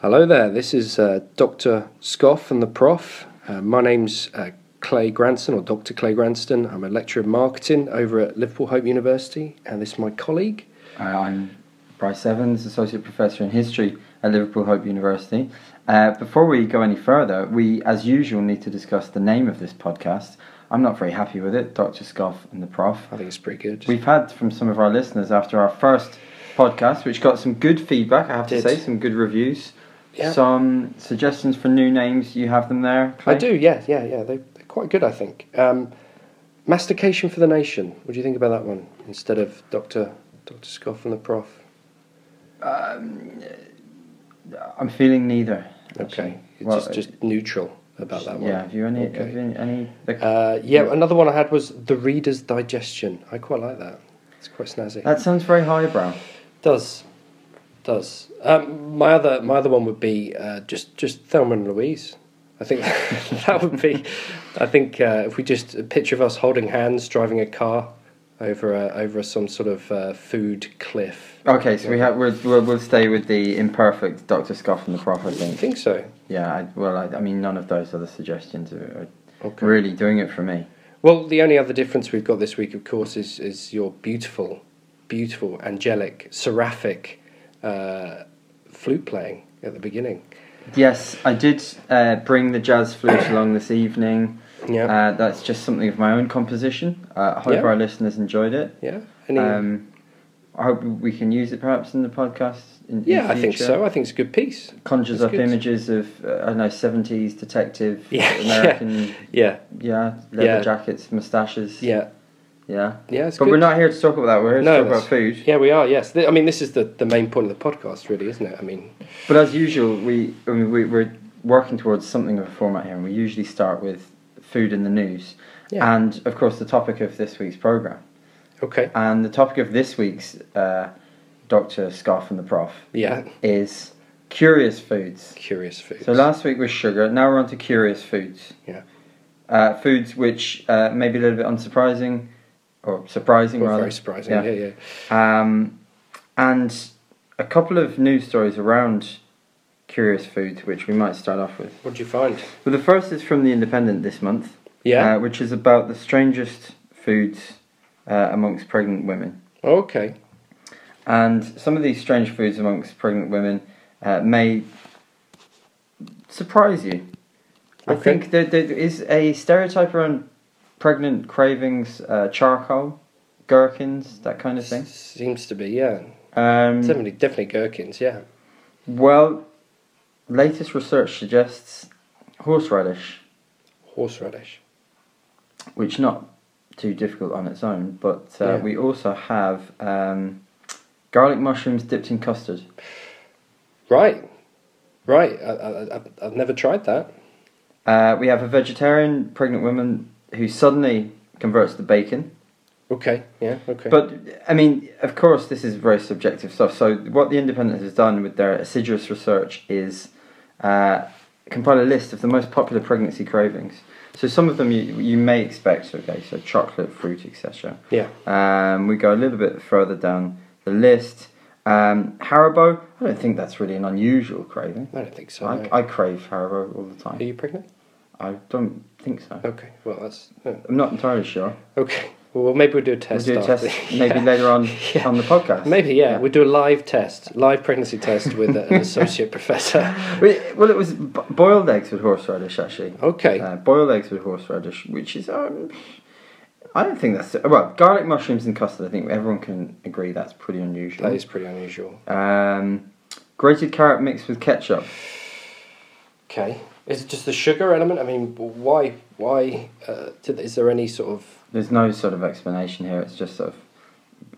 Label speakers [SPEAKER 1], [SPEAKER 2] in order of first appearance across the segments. [SPEAKER 1] Hello there, this is uh, Dr. Scoff and the Prof. Uh, my name's uh, Clay Granston, or Dr. Clay Granston. I'm a lecturer in marketing over at Liverpool Hope University, and this is my colleague.
[SPEAKER 2] Uh, I'm Bryce Evans, Associate Professor in History at Liverpool Hope University. Uh, before we go any further, we, as usual, need to discuss the name of this podcast. I'm not very happy with it, Dr. Scoff and the Prof.
[SPEAKER 1] I think it's pretty good.
[SPEAKER 2] We've had from some of our listeners after our first podcast, which got some good feedback, I have to
[SPEAKER 1] Did.
[SPEAKER 2] say, some good reviews,
[SPEAKER 1] Yeah.
[SPEAKER 2] some suggestions for new names. You have them there?
[SPEAKER 1] I
[SPEAKER 2] Clay?
[SPEAKER 1] do, yeah, yeah, yeah. They, they're quite good, I think. Um, mastication for the Nation. What do you think about that one instead of Dr. Dr. Scoff and the Prof?
[SPEAKER 2] I'm feeling neither.
[SPEAKER 1] Okay, it's
[SPEAKER 2] Well,
[SPEAKER 1] just, just neutral about that one.
[SPEAKER 2] Yeah, have you any?
[SPEAKER 1] Okay.
[SPEAKER 2] Have you any, any
[SPEAKER 1] Uh, yeah, another one I had was The Reader's Digestion. I quite like that. It's quite snazzy.
[SPEAKER 2] that sounds very highbrow.
[SPEAKER 1] Does, does. Um, my other my other one would be uh, just just Thelma and Louise. I think that would be. I think uh, if we just a picture of us holding hands driving a car over a, over some sort of uh, food cliff.
[SPEAKER 2] Okay, so we have we're, we'll, we'll stay with the imperfect Doctor Scoff and the Prof. I
[SPEAKER 1] I
[SPEAKER 2] think.
[SPEAKER 1] think so.
[SPEAKER 2] Yeah, I, well, I, I mean, none of those other suggestions are,
[SPEAKER 1] Okay.
[SPEAKER 2] are really doing it for me.
[SPEAKER 1] Well, the only other difference we've got this week, of course, is is your beautiful, beautiful, angelic, seraphic uh, flute playing at the beginning.
[SPEAKER 2] Yes, I did uh, bring the jazz flute along this evening.
[SPEAKER 1] Yeah,
[SPEAKER 2] Uh, that's just something of my own composition. Uh, I hope
[SPEAKER 1] Yeah.
[SPEAKER 2] our listeners enjoyed it.
[SPEAKER 1] yeah. Any,
[SPEAKER 2] Um, I hope we can use it perhaps in the podcast. In, in
[SPEAKER 1] yeah, I think
[SPEAKER 2] future.
[SPEAKER 1] so. I think it's a good piece.
[SPEAKER 2] Conjures
[SPEAKER 1] That's
[SPEAKER 2] up
[SPEAKER 1] good.
[SPEAKER 2] images of uh, I don't know seventies detective
[SPEAKER 1] Yeah,
[SPEAKER 2] American
[SPEAKER 1] Yeah,
[SPEAKER 2] yeah leather
[SPEAKER 1] Yeah.
[SPEAKER 2] jackets mustaches
[SPEAKER 1] yeah,
[SPEAKER 2] yeah
[SPEAKER 1] yeah. It's
[SPEAKER 2] but
[SPEAKER 1] good.
[SPEAKER 2] we're not here to talk about that. We're here to
[SPEAKER 1] No,
[SPEAKER 2] talk about
[SPEAKER 1] that's-
[SPEAKER 2] food.
[SPEAKER 1] Yeah, we are. Yes, Th- I mean this is the, the main point of the podcast, really, isn't it? I mean,
[SPEAKER 2] But as usual, we I mean, we we're working towards something of a format here, and we usually start with food in the news,
[SPEAKER 1] yeah.
[SPEAKER 2] and of course the topic of this week's program,
[SPEAKER 1] okay.
[SPEAKER 2] and the topic of this week's uh, Doctor Scoff and the Prof
[SPEAKER 1] Yeah.
[SPEAKER 2] is curious foods.
[SPEAKER 1] Curious food.
[SPEAKER 2] So last week was sugar. Now we're on to curious foods.
[SPEAKER 1] Yeah.
[SPEAKER 2] Uh, foods which uh, may be a little bit unsurprising, or surprising
[SPEAKER 1] Well,
[SPEAKER 2] rather.
[SPEAKER 1] very surprising.
[SPEAKER 2] Yeah.
[SPEAKER 1] Yeah, yeah.
[SPEAKER 2] Um, and a couple of news stories around curious foods, which we might start off with.
[SPEAKER 1] What would you find?
[SPEAKER 2] Well, the first is from The Independent this month,
[SPEAKER 1] Yeah.
[SPEAKER 2] uh, which is about the strangest foods uh, amongst pregnant women.
[SPEAKER 1] okay.
[SPEAKER 2] And some of these strange foods amongst pregnant women uh, may surprise you. I
[SPEAKER 1] Okay.
[SPEAKER 2] think there, there is a stereotype around pregnant cravings, uh, charcoal, gherkins, that kind of thing.
[SPEAKER 1] Seems to be. Yeah.
[SPEAKER 2] Um,
[SPEAKER 1] Definitely, definitely gherkins. Yeah.
[SPEAKER 2] Well, latest research suggests horseradish,
[SPEAKER 1] Horseradish.
[SPEAKER 2] which not too difficult on its own, but uh,
[SPEAKER 1] Yeah.
[SPEAKER 2] we also have um, garlic mushrooms dipped in custard.
[SPEAKER 1] Right. Right. I, I, I- I've never tried that.
[SPEAKER 2] Uh, we have a vegetarian pregnant woman who suddenly converts to bacon.
[SPEAKER 1] Okay. Yeah. Okay.
[SPEAKER 2] But I mean, of course, this is very subjective stuff. So what the Independent has done with their assiduous research is uh, compile a list of the most popular pregnancy cravings. So some of them you you may expect. Okay, so chocolate, fruit, etc.
[SPEAKER 1] yeah.
[SPEAKER 2] Um, we go a little bit further down the list. Um, Haribo. I don't think that's really an unusual craving.
[SPEAKER 1] I don't think so. no.
[SPEAKER 2] I, I crave Haribo all the
[SPEAKER 1] Are
[SPEAKER 2] time.
[SPEAKER 1] you pregnant?
[SPEAKER 2] I don't think so.
[SPEAKER 1] Okay. Well, that's uh,
[SPEAKER 2] I'm not entirely sure.
[SPEAKER 1] okay. Well, maybe we'll do a
[SPEAKER 2] We'll
[SPEAKER 1] test.
[SPEAKER 2] do a
[SPEAKER 1] after.
[SPEAKER 2] test
[SPEAKER 1] Yeah.
[SPEAKER 2] maybe later on
[SPEAKER 1] Yeah.
[SPEAKER 2] on the podcast.
[SPEAKER 1] Maybe yeah. We'll do a live test, live pregnancy test with an associate professor.
[SPEAKER 2] Well, well, it was b- boiled eggs with horseradish, actually.
[SPEAKER 1] Okay.
[SPEAKER 2] Uh, boiled eggs with horseradish, which is. Um, I don't think that's. Well, garlic mushrooms and custard, I think everyone can agree that's pretty unusual.
[SPEAKER 1] that is pretty unusual.
[SPEAKER 2] Um, grated carrot mixed with ketchup.
[SPEAKER 1] Okay. Is it just the sugar element? I mean, why? Why? Uh, did, is there any sort of?
[SPEAKER 2] There's no sort of explanation here, it's just sort of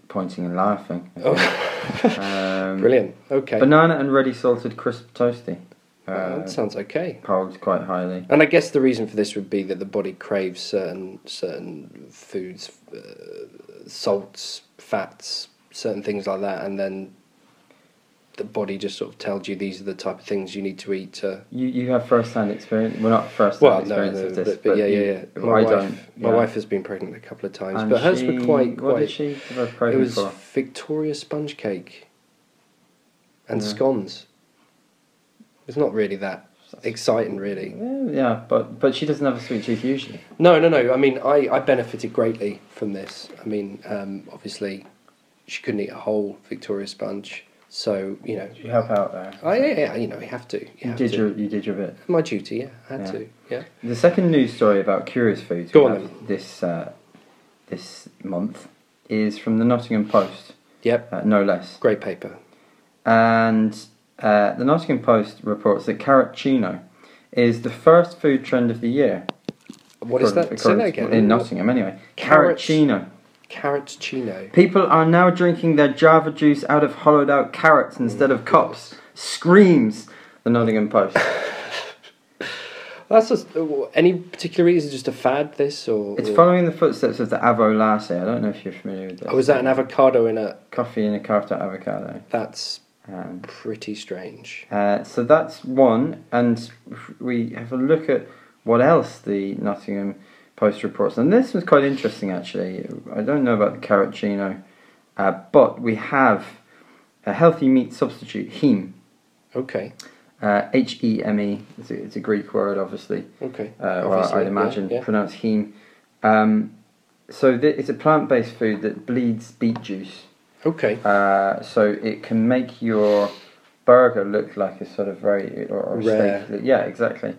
[SPEAKER 2] pointing and laughing. I think. um,
[SPEAKER 1] Oh. Brilliant. Okay.
[SPEAKER 2] Banana and ready salted crisp toasty.
[SPEAKER 1] Well,
[SPEAKER 2] Uh,
[SPEAKER 1] that sounds okay.
[SPEAKER 2] polled quite highly.
[SPEAKER 1] And I guess the reason for this would be that the body craves certain certain foods, uh, salts, fats, certain things like that, and then the body just sort of tells you these are the type of things you need to eat. To,
[SPEAKER 2] You, you have first hand experience. Well, not first hand
[SPEAKER 1] well, no,
[SPEAKER 2] experience
[SPEAKER 1] no,
[SPEAKER 2] of this,
[SPEAKER 1] but, but yeah,
[SPEAKER 2] you-
[SPEAKER 1] yeah, yeah. My
[SPEAKER 2] I
[SPEAKER 1] wife,
[SPEAKER 2] don't.
[SPEAKER 1] my
[SPEAKER 2] yeah.
[SPEAKER 1] wife has been pregnant a couple of times,
[SPEAKER 2] And
[SPEAKER 1] but hers
[SPEAKER 2] she-
[SPEAKER 1] were quite,
[SPEAKER 2] What did
[SPEAKER 1] quite.
[SPEAKER 2] she develop
[SPEAKER 1] It
[SPEAKER 2] craving
[SPEAKER 1] was
[SPEAKER 2] for?
[SPEAKER 1] Victoria sponge cake and
[SPEAKER 2] Yeah.
[SPEAKER 1] scones. It's not really that exciting, really.
[SPEAKER 2] Yeah, yeah, but but she doesn't have a sweet tooth usually.
[SPEAKER 1] No, no, no. I mean, I, I benefited greatly from this. I mean, um, obviously, she couldn't eat a whole Victoria sponge, so you know,
[SPEAKER 2] You help out there.
[SPEAKER 1] I yeah, yeah, you know, you have to. You,
[SPEAKER 2] You
[SPEAKER 1] have
[SPEAKER 2] did
[SPEAKER 1] to.
[SPEAKER 2] your you did your bit.
[SPEAKER 1] my duty. Yeah, I had
[SPEAKER 2] Yeah.
[SPEAKER 1] to. Yeah,
[SPEAKER 2] The second news story about curious foods
[SPEAKER 1] Go
[SPEAKER 2] we
[SPEAKER 1] on
[SPEAKER 2] have this uh, this month is from the Nottingham Post,
[SPEAKER 1] yep.
[SPEAKER 2] uh, no less.
[SPEAKER 1] Great paper.
[SPEAKER 2] And uh, the Nottingham Post reports that carracchino is the first food trend of the year.
[SPEAKER 1] What is
[SPEAKER 2] According-
[SPEAKER 1] that? Say that
[SPEAKER 2] according-
[SPEAKER 1] again.
[SPEAKER 2] In Nottingham, anyway.
[SPEAKER 1] Carrots.
[SPEAKER 2] Carracchino.
[SPEAKER 1] Carrot chino.
[SPEAKER 2] People are now drinking their Java juice out of hollowed out carrots instead of cups. Screams the Nottingham Post.
[SPEAKER 1] That's just, uh, any particular reason? Just a fad? This or
[SPEAKER 2] It's
[SPEAKER 1] or-
[SPEAKER 2] following the footsteps of the Avo Latte. I don't know if you're familiar with this.
[SPEAKER 1] Oh, is that an avocado in a?
[SPEAKER 2] Coffee in a carved out avocado.
[SPEAKER 1] That's
[SPEAKER 2] Um,
[SPEAKER 1] pretty strange.
[SPEAKER 2] uh, so that's one, and if we have a look at what else the Nottingham Post reports. And this was quite interesting, actually. I don't know about the carracchino, uh, but we have a healthy meat substitute, heme.
[SPEAKER 1] Okay.
[SPEAKER 2] Uh, H E M E. It's a- it's a Greek word, obviously.
[SPEAKER 1] Okay.
[SPEAKER 2] uh, or
[SPEAKER 1] Obviously,
[SPEAKER 2] I'd
[SPEAKER 1] yeah,
[SPEAKER 2] imagine
[SPEAKER 1] yeah.
[SPEAKER 2] pronounced heme. Um, so th- it's a plant-based food that bleeds beet juice.
[SPEAKER 1] Okay.
[SPEAKER 2] Uh, so it can make your burger look like a sort of very or, or
[SPEAKER 1] Rare.
[SPEAKER 2] steak. that- Yeah, exactly.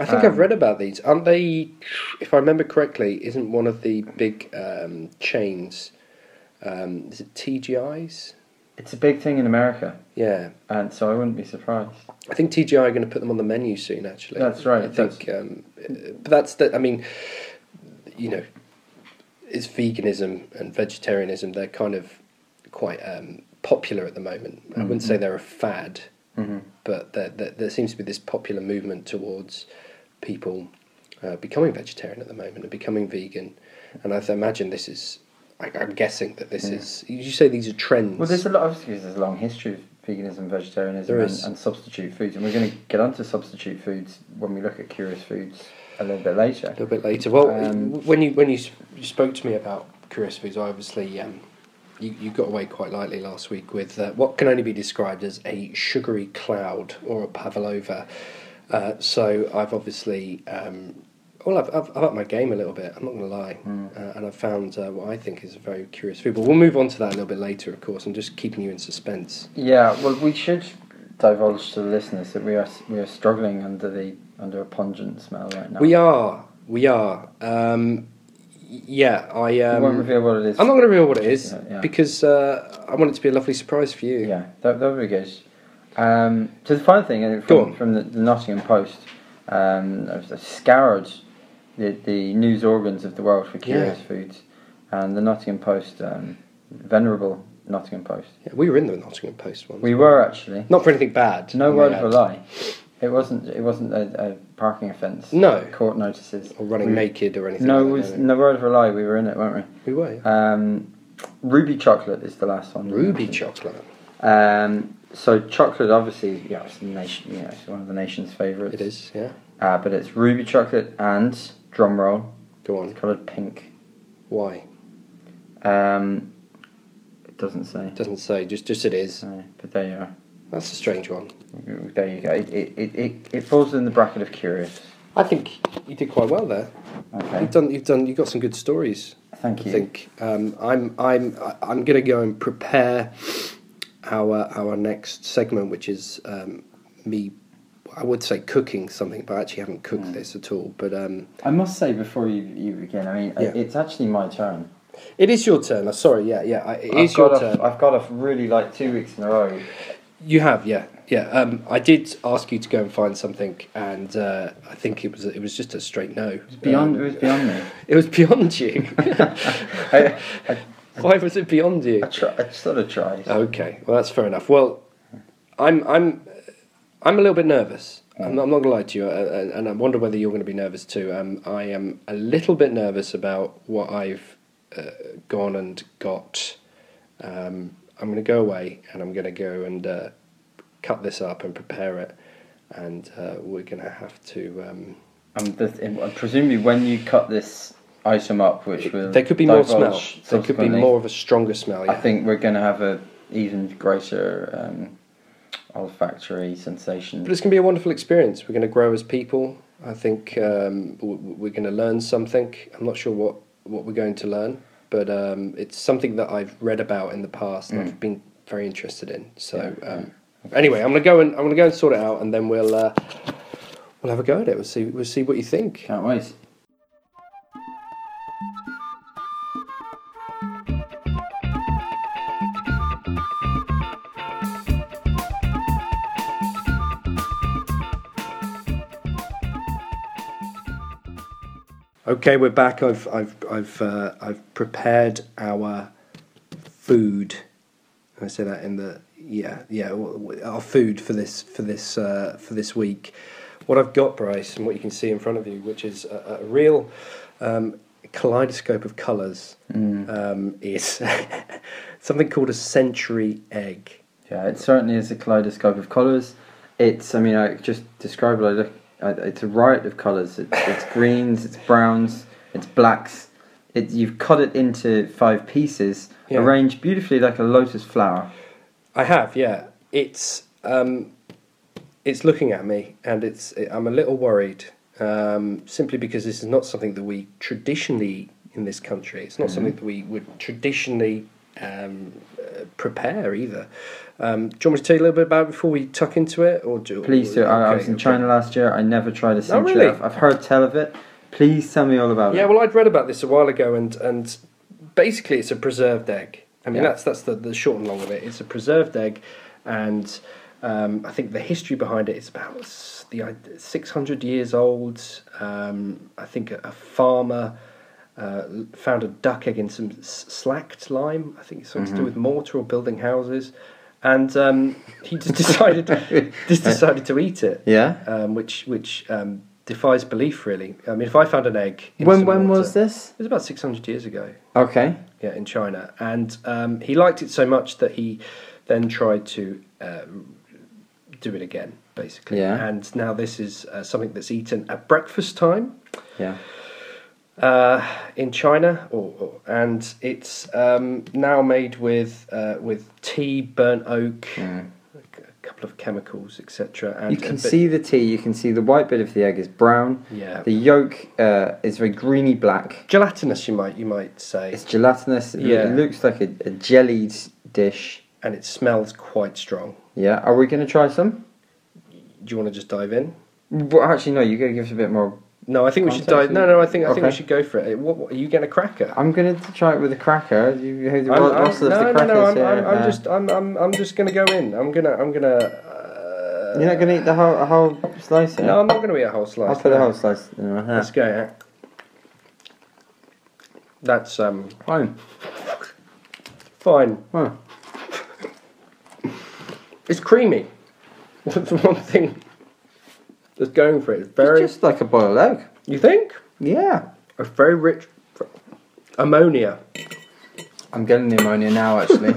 [SPEAKER 1] I think
[SPEAKER 2] Um,
[SPEAKER 1] I've read about these. Aren't they, if I remember correctly, isn't one of the big um, chains, um, is it TGI's?
[SPEAKER 2] It's a big thing in America,
[SPEAKER 1] Yeah.
[SPEAKER 2] and so I wouldn't be surprised.
[SPEAKER 1] I think TGI are going to put them on the menu soon, actually.
[SPEAKER 2] That's right,
[SPEAKER 1] I think, um, uh, but that's the, I mean, you know, it's veganism and vegetarianism. They're kind of quite um, popular at the moment. I wouldn't
[SPEAKER 2] Mm-hmm.
[SPEAKER 1] say they're a fad, Mm-hmm. but there, there, there seems to be this popular movement towards people uh, becoming vegetarian at the moment and becoming vegan. And I th- imagine this is, I, I'm guessing that this is, you say these are trends.
[SPEAKER 2] Well, there's a lot of there's a long history of veganism, vegetarianism,
[SPEAKER 1] There
[SPEAKER 2] and,
[SPEAKER 1] is.
[SPEAKER 2] and substitute foods, and we're going to get onto substitute foods when we look at curious foods a little bit later.
[SPEAKER 1] a little bit later. Well,
[SPEAKER 2] Um,
[SPEAKER 1] when you when you, s- you spoke to me about career foods, I obviously um, you you got away quite lightly last week with uh, what can only be described as a sugary cloud or a pavlova. Uh, so I've obviously. Um, well, I've, I've, I've upped my game a little bit, I'm not going to lie.
[SPEAKER 2] Hmm.
[SPEAKER 1] Uh, and I've found uh, what I think is a very curious food. But we'll move on to that a little bit later, of course. I'm just keeping you in suspense.
[SPEAKER 2] Yeah, well, we should divulge to the listeners that we are we are struggling under the under a pungent smell right now.
[SPEAKER 1] We are. We are. Um, y- yeah, I.
[SPEAKER 2] we won't
[SPEAKER 1] Um,
[SPEAKER 2] reveal what it is.
[SPEAKER 1] I'm not going to reveal what it is
[SPEAKER 2] Yeah, yeah.
[SPEAKER 1] because uh, I want it to be a lovely surprise for you.
[SPEAKER 2] Yeah, that that would be good. Um, so the final thing, uh, from,
[SPEAKER 1] Go on.
[SPEAKER 2] from the, the Nottingham Post, um, I've I've scoured the the news organs of the world for curious foods, and the Nottingham Post, um, venerable Nottingham Post.
[SPEAKER 1] Yeah, we were in the Nottingham Post once.
[SPEAKER 2] We were actually
[SPEAKER 1] Not for anything bad.
[SPEAKER 2] no
[SPEAKER 1] I
[SPEAKER 2] word
[SPEAKER 1] may
[SPEAKER 2] of a
[SPEAKER 1] add.
[SPEAKER 2] lie. It wasn't. It wasn't a, a parking offence.
[SPEAKER 1] No.
[SPEAKER 2] court notices
[SPEAKER 1] Or running
[SPEAKER 2] We-
[SPEAKER 1] naked or anything.
[SPEAKER 2] No, it
[SPEAKER 1] like
[SPEAKER 2] was
[SPEAKER 1] that,
[SPEAKER 2] no word of a lie. We were in it, weren't
[SPEAKER 1] We were. yeah.
[SPEAKER 2] we? Um, ruby chocolate is the last one.
[SPEAKER 1] Ruby chocolate.
[SPEAKER 2] Um, so chocolate, obviously, yeah, it's, the nation, yeah, it's one of the nation's favourites.
[SPEAKER 1] It is, yeah.
[SPEAKER 2] Uh, but it's ruby chocolate and drumroll,
[SPEAKER 1] Go on.
[SPEAKER 2] coloured pink.
[SPEAKER 1] Why?
[SPEAKER 2] Um, it doesn't say.
[SPEAKER 1] Doesn't say. Just, just it is.
[SPEAKER 2] No, but there you are.
[SPEAKER 1] That's a strange one.
[SPEAKER 2] There you go. It, it, it, it, it falls in the bracket of curious.
[SPEAKER 1] I think you did quite well there.
[SPEAKER 2] Okay.
[SPEAKER 1] You've done. You've done. You've got some good stories.
[SPEAKER 2] Thank
[SPEAKER 1] I
[SPEAKER 2] you.
[SPEAKER 1] think um, I'm I'm I- I'm going to go and prepare our our next segment, which is um, me. I would say cooking something, but I actually haven't cooked
[SPEAKER 2] Hmm.
[SPEAKER 1] this at all. But um,
[SPEAKER 2] I must say before you, you begin, I mean,
[SPEAKER 1] Yeah.
[SPEAKER 2] it's actually my turn.
[SPEAKER 1] it is your turn. I'm sorry. Yeah, yeah. I- It is
[SPEAKER 2] I've
[SPEAKER 1] your
[SPEAKER 2] got off,
[SPEAKER 1] turn.
[SPEAKER 2] I've got off really like two weeks in a row.
[SPEAKER 1] You have, yeah, yeah. Um, I did ask you to go and find something, and uh, I think it was it was just a straight no. It was
[SPEAKER 2] Beyond, it was beyond me.
[SPEAKER 1] it was beyond you.
[SPEAKER 2] I, I,
[SPEAKER 1] Why was it beyond you?
[SPEAKER 2] I, try, I sort of tried.
[SPEAKER 1] Okay, well that's fair enough. Well, I'm I'm I'm a little bit nervous. I'm not, I'm not gonna lie to you, uh, uh, and I wonder whether you're going to be nervous too. Um, I am a little bit nervous about what I've uh, gone and got. Um, I'm going to go away and I'm going to go and uh, cut this up and prepare it, and uh, we're going to have to. Um,
[SPEAKER 2] Um, the, and presumably, when you cut this item up, which will
[SPEAKER 1] there could be more smell.
[SPEAKER 2] divulge
[SPEAKER 1] There could be
[SPEAKER 2] subsequently,
[SPEAKER 1] more of a stronger smell. Yeah.
[SPEAKER 2] I think we're going to have a even greater um, olfactory sensation.
[SPEAKER 1] But it's going to be a wonderful experience. We're going to grow as people. I think um, w- w- we're going to learn something. I'm not sure what, what we're going to learn, but um, it's something that I've read about in the past and I've been very interested in. So
[SPEAKER 2] Yeah,
[SPEAKER 1] um, anyway, I'm going to go and I'm going to go and sort it out, and then we'll uh, we'll have a go at it. We'll see we'll see what you think.
[SPEAKER 2] Can't wait.
[SPEAKER 1] Okay, we're back. I've I've I've uh, I've prepared our food. Can I say that in the yeah yeah w- w- our food for this for this uh, for this week. What I've got, Bryce, and what you can see in front of you, which is a, a real um, kaleidoscope of colours, um, is something called a century egg.
[SPEAKER 2] Yeah, it certainly is a kaleidoscope of colours. It's, I mean, I just described it. I look, I, it's a riot of colours. It's, it's greens, it's browns, it's blacks. It, you've cut it into five pieces,
[SPEAKER 1] Yeah.
[SPEAKER 2] arranged beautifully like a lotus flower.
[SPEAKER 1] I have, yeah. It's um, it's looking at me, and it's I'm a little worried, um, simply because this is not something that we traditionally in this country. It's not
[SPEAKER 2] Mm-hmm.
[SPEAKER 1] something that we would traditionally um, uh, prepare either. Um, do you want me to tell you a little bit about it before we tuck into it, or do
[SPEAKER 2] Please do. I, I was
[SPEAKER 1] okay,
[SPEAKER 2] in
[SPEAKER 1] okay.
[SPEAKER 2] China last year. I never tried a century.
[SPEAKER 1] really?
[SPEAKER 2] I've, I've heard tell of it. Please tell me all about
[SPEAKER 1] Yeah,
[SPEAKER 2] it.
[SPEAKER 1] well, I'd read about this a while ago, and and basically it's a preserved egg. I mean,
[SPEAKER 2] Yeah.
[SPEAKER 1] that's that's the, the short and long of it. It's a preserved egg, and um, I think the history behind it is about s- the i- 600 years old. Um, I think a, a farmer. Uh, found a duck egg in some s- slacked lime. I think it's something
[SPEAKER 2] Mm-hmm.
[SPEAKER 1] to do with mortar or building houses, and um, he just decided just decided to eat it
[SPEAKER 2] Yeah?
[SPEAKER 1] um, which which um, defies belief, really. I mean, if I found an egg, in
[SPEAKER 2] When,
[SPEAKER 1] some
[SPEAKER 2] when
[SPEAKER 1] water-
[SPEAKER 2] was this?
[SPEAKER 1] It was about six hundred years ago.
[SPEAKER 2] Okay.
[SPEAKER 1] Yeah, in China, and um, he liked it so much that he then tried to uh, do it again, basically.
[SPEAKER 2] Yeah.
[SPEAKER 1] And now this is uh, something that's eaten at breakfast time
[SPEAKER 2] Yeah.
[SPEAKER 1] uh, in China, or, or, and it's um, now made with uh, with tea, burnt oak, a c- a couple of chemicals, etc. And
[SPEAKER 2] You
[SPEAKER 1] a
[SPEAKER 2] can
[SPEAKER 1] bit-
[SPEAKER 2] see the tea. You can see the white bit of the egg is brown.
[SPEAKER 1] Yeah.
[SPEAKER 2] The yolk uh, is very greeny black.
[SPEAKER 1] gelatinous, you might you might say.
[SPEAKER 2] It's gelatinous. It
[SPEAKER 1] Yeah.
[SPEAKER 2] yeah. looks like a, a jellied dish.
[SPEAKER 1] and it smells quite strong.
[SPEAKER 2] Yeah. Are we going to try some?
[SPEAKER 1] Do you want to just dive in?
[SPEAKER 2] Well, actually, no. You're going to give us a bit more.
[SPEAKER 1] No, I think we should
[SPEAKER 2] Contact
[SPEAKER 1] dive. No, no, I think I think we
[SPEAKER 2] Okay.
[SPEAKER 1] should go for it. What, what are you getting a cracker?
[SPEAKER 2] I'm going to try it with a cracker. You heard the
[SPEAKER 1] I'm-
[SPEAKER 2] ro-
[SPEAKER 1] I'm-
[SPEAKER 2] rustle Uh, of
[SPEAKER 1] no,
[SPEAKER 2] the
[SPEAKER 1] no,
[SPEAKER 2] crackers
[SPEAKER 1] no, I'm,
[SPEAKER 2] here.
[SPEAKER 1] I'm, I'm
[SPEAKER 2] Uh,
[SPEAKER 1] just I'm, I'm I'm just gonna go in. I'm gonna I'm gonna. Uh,
[SPEAKER 2] You're not going to eat the whole, a whole slice. Here?
[SPEAKER 1] No, I'm not gonna eat a whole
[SPEAKER 2] I'll
[SPEAKER 1] slice.
[SPEAKER 2] put a
[SPEAKER 1] no.
[SPEAKER 2] whole slice in my
[SPEAKER 1] Let's
[SPEAKER 2] hand.
[SPEAKER 1] go. yeah. That's um
[SPEAKER 2] Fine.
[SPEAKER 1] fine.
[SPEAKER 2] Huh.
[SPEAKER 1] It's creamy. That's the one thing that's going for it. It's very.
[SPEAKER 2] It's just like a boiled egg.
[SPEAKER 1] You think?
[SPEAKER 2] Yeah.
[SPEAKER 1] It's very rich. fr- Ammonia.
[SPEAKER 2] I'm getting the ammonia now, actually.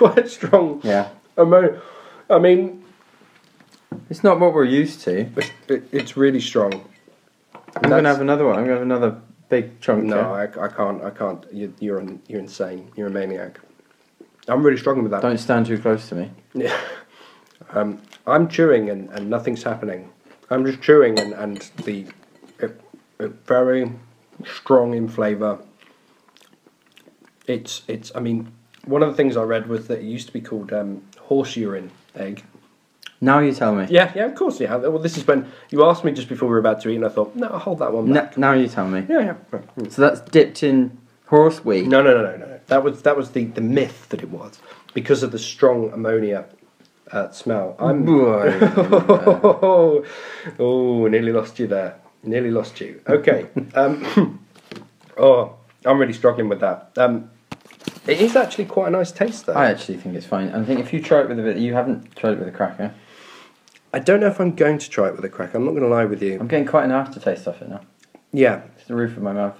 [SPEAKER 1] Quite strong.
[SPEAKER 2] yeah.
[SPEAKER 1] Ammonia. I mean,
[SPEAKER 2] It's not what we're used to.
[SPEAKER 1] It's, it, it's really strong.
[SPEAKER 2] I'm going to
[SPEAKER 1] That's-
[SPEAKER 2] have another one. I'm going to have another big chunk.
[SPEAKER 1] No,
[SPEAKER 2] here.
[SPEAKER 1] I, I can't. I can't. You're you're, an, you're insane. You're a maniac. I'm really struggling with that.
[SPEAKER 2] Don't stand too close to me.
[SPEAKER 1] um, I'm chewing and, and nothing's happening. I'm just chewing and and the it, it very strong in flavour. It's it's. I mean, one of the things I read was that it used to be called um, horse urine egg.
[SPEAKER 2] Now you tell me.
[SPEAKER 1] Yeah, yeah, of course. Yeah. Well, this is when you asked me just before we were about to eat, and I thought, no, I'll hold that one.
[SPEAKER 2] N-
[SPEAKER 1] Back.
[SPEAKER 2] now you tell me.
[SPEAKER 1] Yeah, yeah.
[SPEAKER 2] So that's dipped in horse wheat.
[SPEAKER 1] No, no, no, no, no. That was that was the, the myth that it was because of the strong ammonia uh, smell. I'm
[SPEAKER 2] Ah, Boy.
[SPEAKER 1] oh, nearly lost you there. Nearly lost you. Okay. um, oh, I'm really struggling with that. Um, it is actually quite a nice taste though.
[SPEAKER 2] I
[SPEAKER 1] I,
[SPEAKER 2] actually think it's fine. I think if you try it with a bit, you haven't tried it with a cracker.
[SPEAKER 1] don't know if I'm going to try it with a crack. I'm not going to lie with you.
[SPEAKER 2] I'm getting quite an aftertaste off it now.
[SPEAKER 1] Yeah,
[SPEAKER 2] It's the roof of my mouth.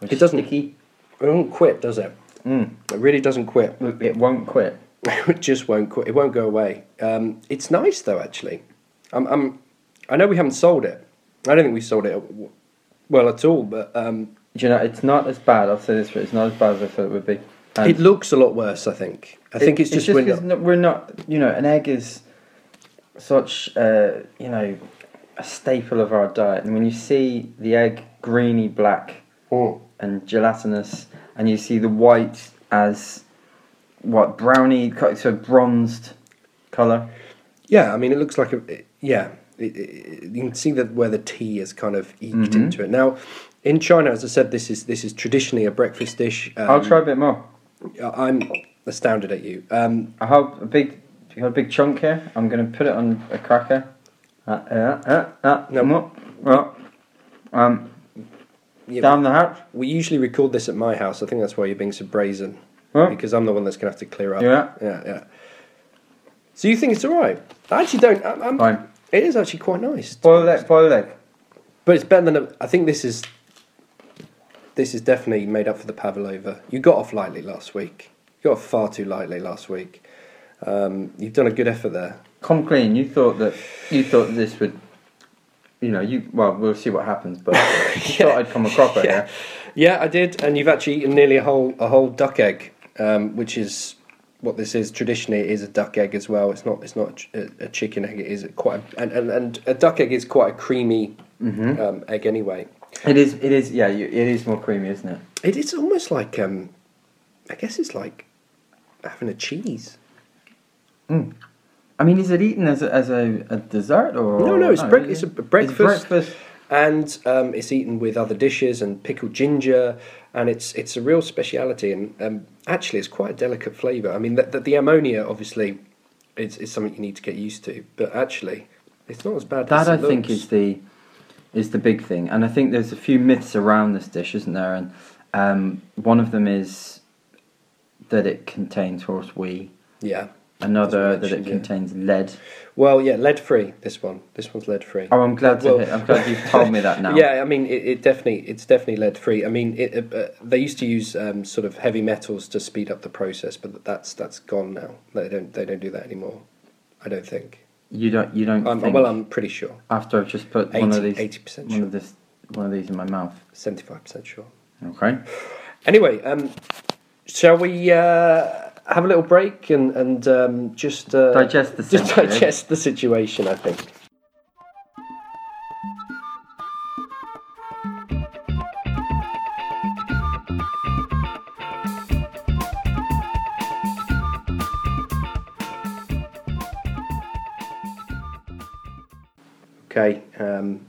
[SPEAKER 2] Which
[SPEAKER 1] It
[SPEAKER 2] is
[SPEAKER 1] doesn't-
[SPEAKER 2] Sticky.
[SPEAKER 1] it won't quit, does it?
[SPEAKER 2] Mm.
[SPEAKER 1] It really doesn't quit.
[SPEAKER 2] It won't quit.
[SPEAKER 1] it just won't qu- it won't go away. Um, it's nice though, actually. I'm, I'm, I know we haven't sold it. I don't think we sold it w- well at all. But um,
[SPEAKER 2] Do you know, it's not as bad. I'll say this, but it's not as bad as I thought it would be. Um,
[SPEAKER 1] it looks a lot worse. I think. I think it's just, when
[SPEAKER 2] 'cause no- we're not, you know, an egg is such, uh, you know, a staple of our diet. And when you see the egg greeny black
[SPEAKER 1] Mm.
[SPEAKER 2] and gelatinous, and you see the white as what browny, co- so bronzed color.
[SPEAKER 1] Yeah, I mean, it looks like a it- yeah. It, it, you can see that where the tea is kind of eked
[SPEAKER 2] Mhm.
[SPEAKER 1] into it. Now, in China, as I said, this is this is traditionally a breakfast dish. Um,
[SPEAKER 2] I'll try a bit more.
[SPEAKER 1] I- I'm astounded at you. Um,
[SPEAKER 2] I have a big, I have a big chunk here. I'm gonna put it on a cracker. Uh, uh, uh, uh,
[SPEAKER 1] No.
[SPEAKER 2] mm, uh, um,
[SPEAKER 1] you-
[SPEAKER 2] down the hatch.
[SPEAKER 1] we usually record this at my house. I think that's why you're being so brazen
[SPEAKER 2] Huh?
[SPEAKER 1] because I'm the one that's going to have to clear up.
[SPEAKER 2] Yeah.
[SPEAKER 1] yeah, yeah. So you think it's all right? I actually don't. I'm, I'm,
[SPEAKER 2] Fine.
[SPEAKER 1] It is actually quite nice,
[SPEAKER 2] Boiled egg. Boiled egg.
[SPEAKER 1] but it's better than. A, I think this is. This is definitely made up for the pavlova. You got off lightly last week. You got off far too lightly last week. Um, you've done a good effort there.
[SPEAKER 2] Come clean. You thought that you thought this would, you know, you well, we'll see what happens. But you thought I'd come a cropper here.
[SPEAKER 1] Yeah, I did, and you've actually eaten nearly a whole a whole duck egg, um, which is what this is traditionally. It is a duck egg as well. It's not it's not a ch- a, a chicken egg. It is quite a, and, and and a duck egg is quite a creamy um, egg anyway.
[SPEAKER 2] It is. It is. Yeah. You, it is more creamy, isn't it?
[SPEAKER 1] It is almost like um, I guess it's like having a cheese.
[SPEAKER 2] I mean, is it eaten as a, as a, a dessert or Oh,
[SPEAKER 1] No, no, it's break- it's a breakfast.
[SPEAKER 2] breakfast.
[SPEAKER 1] and um, it's eaten with other dishes and pickled ginger, and it's it's a real speciality. And um, actually, it's quite a delicate flavour. I mean, that the, the ammonia obviously is, is something you need to get used to, but actually, it's not as bad.
[SPEAKER 2] That
[SPEAKER 1] as
[SPEAKER 2] I
[SPEAKER 1] it
[SPEAKER 2] think
[SPEAKER 1] looks.
[SPEAKER 2] is the is the big thing, and I think there's a few myths around this dish, isn't there? And um, one of them is that it contains horse wee.
[SPEAKER 1] yeah.
[SPEAKER 2] Another
[SPEAKER 1] Doesn't
[SPEAKER 2] that it
[SPEAKER 1] mention, yeah.
[SPEAKER 2] contains lead.
[SPEAKER 1] Well, yeah, lead free. This one, this one's lead free.
[SPEAKER 2] Oh, I'm glad to.
[SPEAKER 1] Well-
[SPEAKER 2] hear- I'm glad you've told me that now.
[SPEAKER 1] Yeah, I mean, it, it definitely it's definitely lead free. I mean, it, uh, they used to use um, sort of heavy metals to speed up the process, but that's that's gone now. They don't they don't do that anymore. I don't think.
[SPEAKER 2] You don't. You don't.
[SPEAKER 1] I'm,
[SPEAKER 2] think
[SPEAKER 1] well, I'm pretty sure.
[SPEAKER 2] after I've just put one of
[SPEAKER 1] 80,
[SPEAKER 2] these,
[SPEAKER 1] 80%
[SPEAKER 2] one
[SPEAKER 1] sure.
[SPEAKER 2] of this, one of these in my mouth.
[SPEAKER 1] 75% sure.
[SPEAKER 2] Okay.
[SPEAKER 1] Anyway, um, shall we uh, have a little break and, and um, just uh,
[SPEAKER 2] Digest the
[SPEAKER 1] just
[SPEAKER 2] situation.
[SPEAKER 1] digest the situation, I think. Okay, um,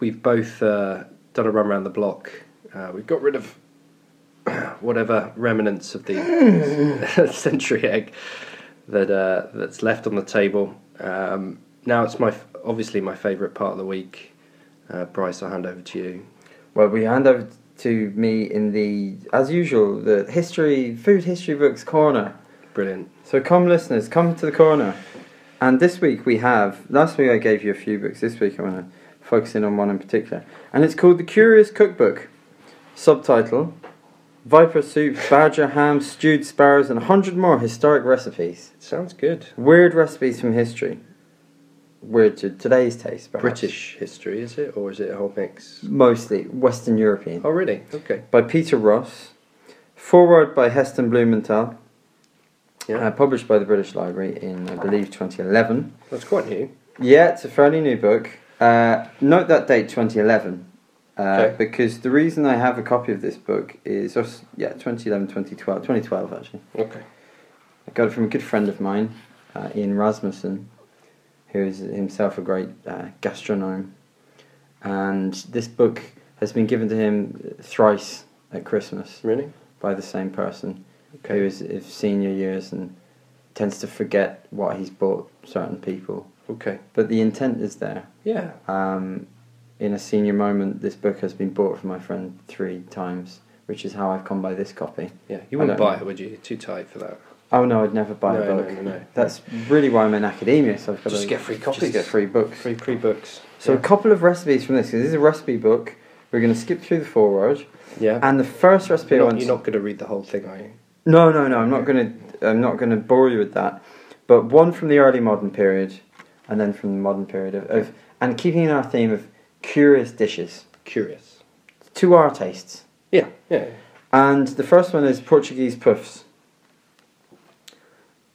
[SPEAKER 1] we've both uh, done a run around the block. Uh, we've got rid of whatever remnants of the century egg that uh, that's left on the table. Um, now it's my f- obviously my favourite part of the week. Uh, Bryce, I'll hand over to you.
[SPEAKER 2] Well, we hand over to me in the, as usual, the history, food history books corner.
[SPEAKER 1] Brilliant.
[SPEAKER 2] So come, listeners, come to the corner. And this week we have. Last week I gave you a few books. This week I want to focus in on one in particular, and it's called The Curious Cookbook. Subtitle: Viper soup, badger ham, stewed sparrows, and hundred more historic recipes.
[SPEAKER 1] Sounds good.
[SPEAKER 2] Weird recipes from history. Weird to today's taste, perhaps.
[SPEAKER 1] British history, is it, or is it a whole mix?
[SPEAKER 2] Mostly Western European.
[SPEAKER 1] Oh, really? Okay.
[SPEAKER 2] By Peter Ross. Forward by Heston Blumenthal.
[SPEAKER 1] Yeah,
[SPEAKER 2] Uh, published by the British Library in, I believe, 2011.
[SPEAKER 1] that's quite new.
[SPEAKER 2] Yeah, it's a fairly new book. Uh, note that date, 2011. Uh,
[SPEAKER 1] Okay.
[SPEAKER 2] Because the reason I have a copy of this book is, us- yeah, 2011, 2012, 2012 actually.
[SPEAKER 1] Okay.
[SPEAKER 2] I got it from a good friend of mine, uh, Ian Rasmussen, who is himself a great uh, gastronome. And this book has been given to him thrice at Christmas
[SPEAKER 1] Really?
[SPEAKER 2] by the same person,
[SPEAKER 1] Okay.
[SPEAKER 2] who is of senior years and tends to forget what he's bought certain people.
[SPEAKER 1] Okay.
[SPEAKER 2] But the intent is there.
[SPEAKER 1] Yeah.
[SPEAKER 2] Um, in a senior moment, this book has been bought for my friend three times, which is how I've come by this copy.
[SPEAKER 1] Yeah. You
[SPEAKER 2] I
[SPEAKER 1] wouldn't
[SPEAKER 2] don't
[SPEAKER 1] buy
[SPEAKER 2] know.
[SPEAKER 1] it, would you? You're too tight for that.
[SPEAKER 2] Oh no, I'd never buy a
[SPEAKER 1] No, no,
[SPEAKER 2] book.
[SPEAKER 1] no, no.
[SPEAKER 2] That's really why I'm in academia. So I've got
[SPEAKER 1] Just
[SPEAKER 2] to
[SPEAKER 1] get free copies.
[SPEAKER 2] Just get free books.
[SPEAKER 1] Free pre books.
[SPEAKER 2] So a
[SPEAKER 1] yeah.
[SPEAKER 2] couple of recipes from this. 'cause This is a recipe book. We're going to skip through the foreword,
[SPEAKER 1] yeah.
[SPEAKER 2] and the first recipe I
[SPEAKER 1] You're
[SPEAKER 2] want
[SPEAKER 1] not, you're not going to read the whole thing, are you?
[SPEAKER 2] No, no, no. I'm not going to. I'm not going to bore you with that. But one from the early modern period, and then from the modern period of, of and keeping in our theme of curious dishes
[SPEAKER 1] Curious.
[SPEAKER 2] to our tastes.
[SPEAKER 1] Yeah. Yeah.
[SPEAKER 2] And the first one is Portuguese puffs,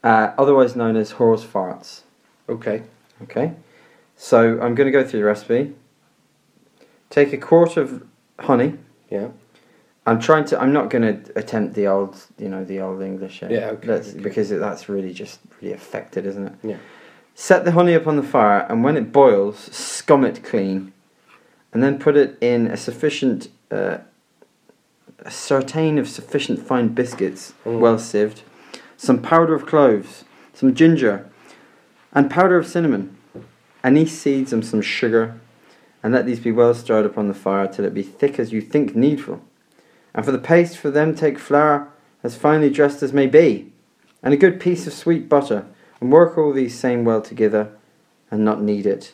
[SPEAKER 2] uh, otherwise known as horse farts.
[SPEAKER 1] Okay.
[SPEAKER 2] Okay, so I'm going to go through the recipe. Take a quart of honey.
[SPEAKER 1] Yeah.
[SPEAKER 2] I'm trying to. I'm not going to attempt the old, you know, the old English. here.
[SPEAKER 1] Yeah, okay,
[SPEAKER 2] That's,
[SPEAKER 1] okay.
[SPEAKER 2] Because it, that's really just really affected, isn't it?
[SPEAKER 1] Yeah.
[SPEAKER 2] Set the honey upon the fire, and when it boils, scum it clean, and then put it in a sufficient, uh, a certain of sufficient fine biscuits,
[SPEAKER 1] Mm.
[SPEAKER 2] well sieved, some powder of cloves, some ginger, and powder of cinnamon, anise seeds, and some sugar, and let these be well stirred upon the fire till it be thick as you think needful. And for the paste, for them take flour as finely dressed as may be, and a good piece of sweet butter, and work all these same well together, and not knead it.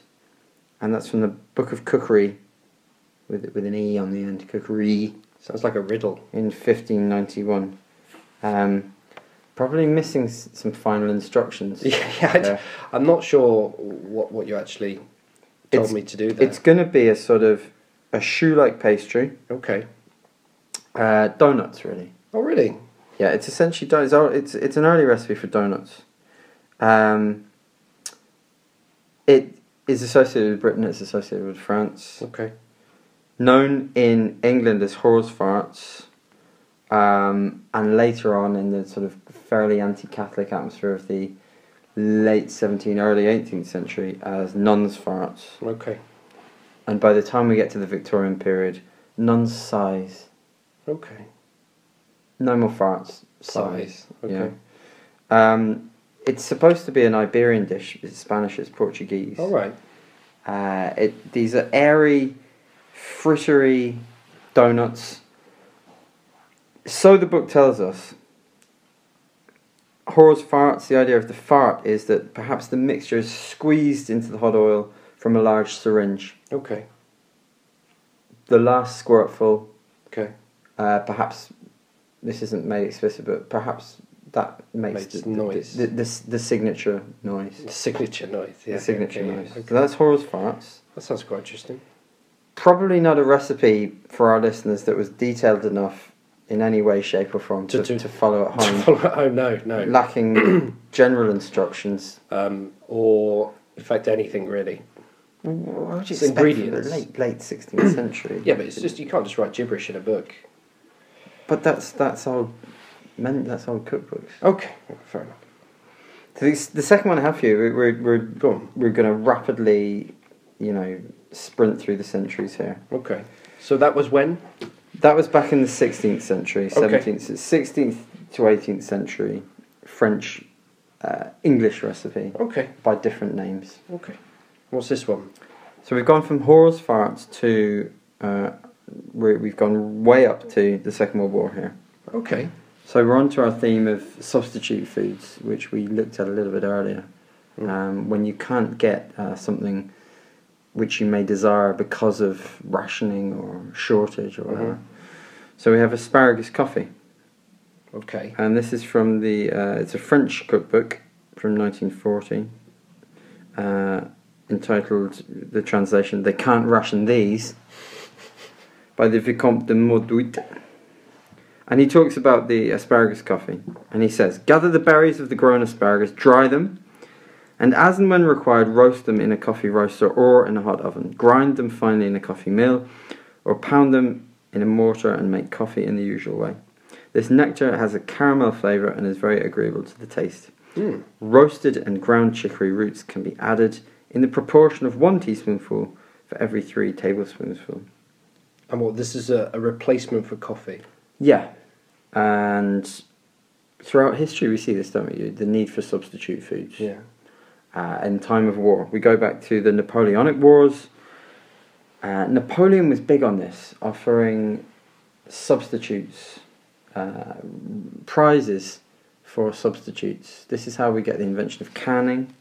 [SPEAKER 2] And that's from the Book of Cookery, with with an e on the end, cookery
[SPEAKER 1] Sounds like a riddle.
[SPEAKER 2] in 1591. Um, probably missing s- some final instructions.
[SPEAKER 1] Yeah, yeah, I d-
[SPEAKER 2] there.
[SPEAKER 1] I'm not sure what what you actually told
[SPEAKER 2] It's-
[SPEAKER 1] me to do there.
[SPEAKER 2] It's going to be a sort of a shoe-like pastry,
[SPEAKER 1] okay.
[SPEAKER 2] uh, donuts really.
[SPEAKER 1] Oh, really?
[SPEAKER 2] Yeah, it's essentially donuts. Oh, It's it's an early recipe for donuts. Um, it is associated with Britain. It's associated with France.
[SPEAKER 1] Okay.
[SPEAKER 2] Known in England as horse farts, um, and later on in the sort of fairly anti-Catholic atmosphere of the late 17th, early 18th century as nuns farts.
[SPEAKER 1] Okay.
[SPEAKER 2] And by the time we get to the Victorian period, nuns size.
[SPEAKER 1] Okay.
[SPEAKER 2] No more farts.
[SPEAKER 1] Size. Okay.
[SPEAKER 2] Yeah. Um, it's supposed to be an Iberian dish. It's Spanish. It's Portuguese.
[SPEAKER 1] All right.
[SPEAKER 2] Uh, it, these are airy, frittery donuts. So the book tells us. Horse farts. The idea of the fart is that perhaps the mixture is squeezed into the hot oil from a large syringe.
[SPEAKER 1] Okay.
[SPEAKER 2] The last squirtful
[SPEAKER 1] Okay.
[SPEAKER 2] uh, perhaps this isn't made explicit, but perhaps that makes,
[SPEAKER 1] Makes
[SPEAKER 2] the, the-
[SPEAKER 1] noise.
[SPEAKER 2] The, the, the, signature noise.
[SPEAKER 1] The signature noise. Yeah.
[SPEAKER 2] the signature
[SPEAKER 1] okay, yeah,
[SPEAKER 2] noise.
[SPEAKER 1] okay.
[SPEAKER 2] So that's Horace Farts.
[SPEAKER 1] That sounds quite interesting.
[SPEAKER 2] Probably not a recipe for our listeners that was detailed enough in any way, shape, or form to,
[SPEAKER 1] To-
[SPEAKER 2] to,
[SPEAKER 1] to-
[SPEAKER 2] follow at home.
[SPEAKER 1] oh no, no.
[SPEAKER 2] Lacking general instructions.
[SPEAKER 1] Um, or in fact, anything really.
[SPEAKER 2] What would you
[SPEAKER 1] It's
[SPEAKER 2] expect from the
[SPEAKER 1] ingredients.
[SPEAKER 2] late, late 16th century?
[SPEAKER 1] Yeah, but it's just you can't just write gibberish in a book.
[SPEAKER 2] But that's, that's, old, men, that's old cookbooks.
[SPEAKER 1] Okay. Fair enough.
[SPEAKER 2] So this, the second one I have for you, we- we're, we're,
[SPEAKER 1] Go on.
[SPEAKER 2] we're going to rapidly, you know, sprint through the centuries here.
[SPEAKER 1] Okay. So that was when.
[SPEAKER 2] That was back in the 16th century,
[SPEAKER 1] Okay.
[SPEAKER 2] 17th, 16th to 18th century French uh, English recipe
[SPEAKER 1] Okay.
[SPEAKER 2] by different names.
[SPEAKER 1] Okay. What's this one?
[SPEAKER 2] So we've gone from horse farts to, uh, we we've gone way up to the Second World War here.
[SPEAKER 1] Okay.
[SPEAKER 2] So we're on to our theme of substitute foods, which we looked at a little bit earlier.
[SPEAKER 1] Mm.
[SPEAKER 2] Um, when you can't get uh, something which you may desire because of rationing or shortage or whatever.
[SPEAKER 1] Mhm.
[SPEAKER 2] So we have asparagus coffee,
[SPEAKER 1] Okay.
[SPEAKER 2] and this is from the uh, it's a French cookbook from 1940, uh, entitled the translation "They Can't Ration These" by the Vicomte de Mauduit. And he talks about the asparagus coffee. And he says, Gather the berries of the grown asparagus, dry them, and as and when required, roast them in a coffee roaster or in a hot oven. Grind them finely in a coffee mill, or pound them in a mortar and make coffee in the usual way. This nectar has a caramel flavour and is very agreeable to the taste.
[SPEAKER 1] Hmm.
[SPEAKER 2] Roasted and ground chicory roots can be added in the proportion of one teaspoonful for every three tablespoonsful.
[SPEAKER 1] And what? This is a, a replacement for coffee.
[SPEAKER 2] Yeah, and throughout history we see this, don't we? The need for substitute foods. Uh, in time of war, we go back to the Napoleonic Wars. Uh, Napoleon was big on this, offering substitutes, uh, prizes for substitutes. This is how we get the invention of canning.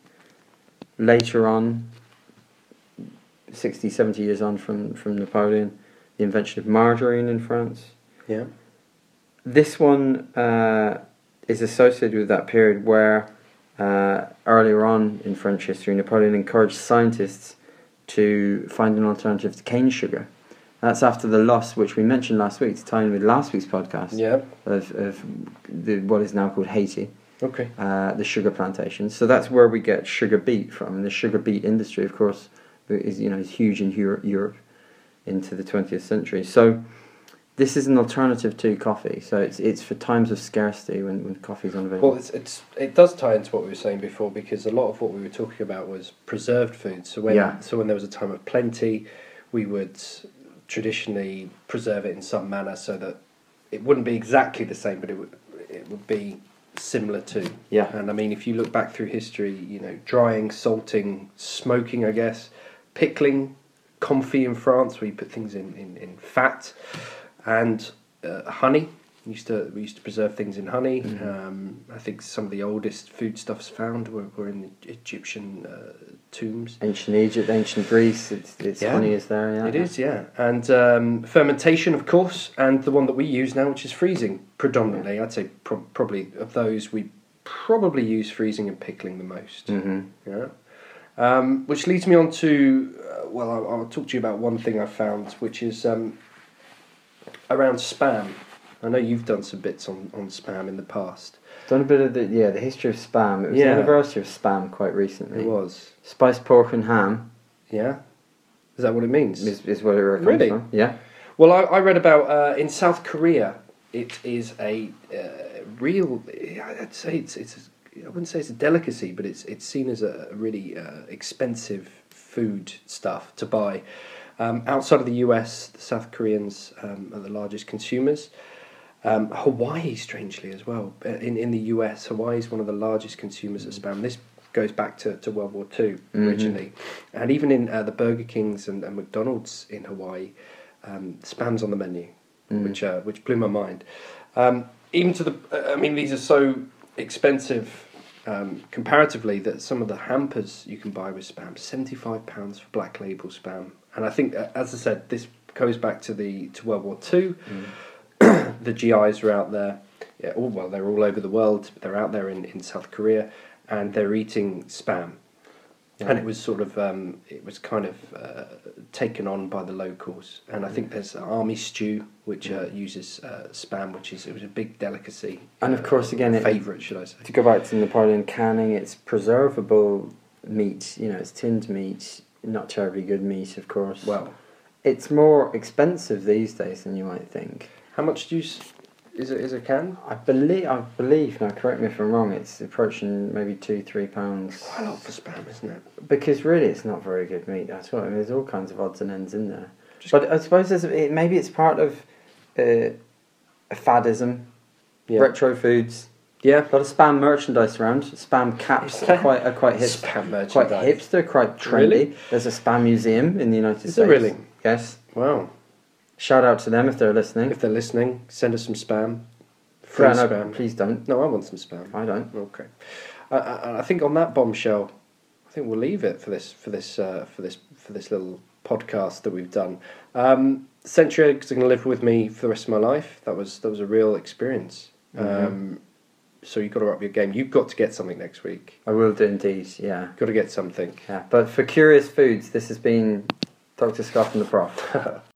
[SPEAKER 2] Later on, 60, 70 years on from, from Napoleon, the invention of margarine in France.
[SPEAKER 1] Yeah.
[SPEAKER 2] This one uh, is associated with that period where uh, earlier on in French history, Napoleon encouraged scientists to find an alternative to cane sugar That's after the loss, which we mentioned last week, to tie in with last week's podcast
[SPEAKER 1] Yeah.
[SPEAKER 2] of, of the, what is now called Haiti,
[SPEAKER 1] Okay.
[SPEAKER 2] uh, the sugar plantations. So that's where we get sugar beet from. And the sugar beet industry, of course, is you know is huge in Euro- Europe into the 20th century. So this is an alternative to coffee. So it's it's for times of scarcity when when coffee is unavailable.
[SPEAKER 1] Well, it's, it's it does tie into what we were saying before because a lot of what we were talking about was preserved foods. So when
[SPEAKER 2] Yeah.
[SPEAKER 1] so when there was a time of plenty, we would traditionally preserve it in some manner so that it wouldn't be exactly the same, but it would it would be similar to.
[SPEAKER 2] Yeah.
[SPEAKER 1] And I mean, if you look back through history, you know, drying, salting, smoking, I guess, pickling, comfit in France, where you put things in in, in fat, and uh, honey. We used to we used to preserve things in honey. Um, I think some of the oldest foodstuffs found were, were in the Egyptian uh, tombs.
[SPEAKER 2] ancient Egypt, ancient Greece. It's it's
[SPEAKER 1] Yeah.
[SPEAKER 2] funny is there. Yeah,
[SPEAKER 1] It is, yeah, and um, fermentation, of course, and the one that we use now, which is freezing predominantly. I'd say pro- probably of those we probably use freezing and pickling the most.
[SPEAKER 2] hmm
[SPEAKER 1] Yeah. Um, which leads me on to, uh, well, I'll, I'll talk to you about one thing I found, which is um, around spam. I know you've done some bits on, on spam in the past.
[SPEAKER 2] Done a bit of the yeah the history of spam. It was the
[SPEAKER 1] Yeah.
[SPEAKER 2] anniversary of spam quite recently.
[SPEAKER 1] It was.
[SPEAKER 2] Spiced pork and ham
[SPEAKER 1] Yeah? Is that what it means?
[SPEAKER 2] is, is where it comes
[SPEAKER 1] Really?
[SPEAKER 2] from. Yeah.
[SPEAKER 1] Well, I, I read about uh, in South Korea, it is a uh, real, I'd say it's, it's, I wouldn't say it's a delicacy, but it's, it's seen as a really uh, expensive food stuff to buy. Um, outside of the US, the South Koreans um, are the largest consumers. Um, Hawaii, strangely, as well. Uh, In, in the US, Hawaii is one of the largest consumers of spam. This goes back to, to World War II originally. And even in uh, the Burger Kings and, and McDonald's in Hawaii, um, spam's on the menu, which, uh, which blew my mind. Um, even to the, uh, I mean, these are so expensive um, comparatively that some of the hampers you can buy with spam, seventy-five pounds for black label spam, and I think, uh, as I said, this goes back to the to World War Two. the GIs are out there. Yeah, all, well, they're all over the world. They're out there in, in South Korea, and they're eating spam. And it was sort of um, it was kind of uh, taken on by the locals, and I
[SPEAKER 2] Mm.
[SPEAKER 1] think there's army stew which uh, uses uh, spam, which is it was a big delicacy. uh,
[SPEAKER 2] And of course, again, it-
[SPEAKER 1] favorite should I say?
[SPEAKER 2] To go back to Napoleon canning, it's preservable meat. You know, it's tinned meat, not terribly good meat, of course.
[SPEAKER 1] Well,
[SPEAKER 2] it's more expensive these days than you might think.
[SPEAKER 1] How much do you? s- Is it is a can?
[SPEAKER 2] I believe, I believe. Now, correct me if I'm wrong. It's approaching maybe two, three pounds.
[SPEAKER 1] Quite a lot for spam, isn't it?
[SPEAKER 2] Because really, it's not very good meat at all. I mean, there's all kinds of odds and ends in there.
[SPEAKER 1] Just-
[SPEAKER 2] but I suppose there's, it, maybe it's part of uh, a fadism.
[SPEAKER 1] Yeah.
[SPEAKER 2] Retro foods.
[SPEAKER 1] Yeah.
[SPEAKER 2] A lot of spam merchandise around. Spam caps
[SPEAKER 1] Is
[SPEAKER 2] are
[SPEAKER 1] there?
[SPEAKER 2] quite are quite hip,
[SPEAKER 1] Spam
[SPEAKER 2] quite
[SPEAKER 1] merchandise.
[SPEAKER 2] hipster, quite trendy.
[SPEAKER 1] Really?
[SPEAKER 2] There's a spam museum in the United
[SPEAKER 1] Is there
[SPEAKER 2] States.
[SPEAKER 1] really?
[SPEAKER 2] Yes.
[SPEAKER 1] Wow.
[SPEAKER 2] Shout out to them if they're listening.
[SPEAKER 1] If they're listening, send us some spam. Free
[SPEAKER 2] Yeah, no,
[SPEAKER 1] spam.
[SPEAKER 2] please don't.
[SPEAKER 1] No, I want some spam.
[SPEAKER 2] I don't.
[SPEAKER 1] Okay. I, I, I think on that bombshell, I think we'll leave it for this for this uh, for this for this little podcast that we've done. Um, Century eggs are going to live with me for the rest of my life. That was that was a real experience. Um, so you've got to up your game. You've got to get something next week.
[SPEAKER 2] I will do indeed. Yeah.
[SPEAKER 1] Got to get something.
[SPEAKER 2] Yeah. But for curious foods, this has been Dr. Scott and the Prof.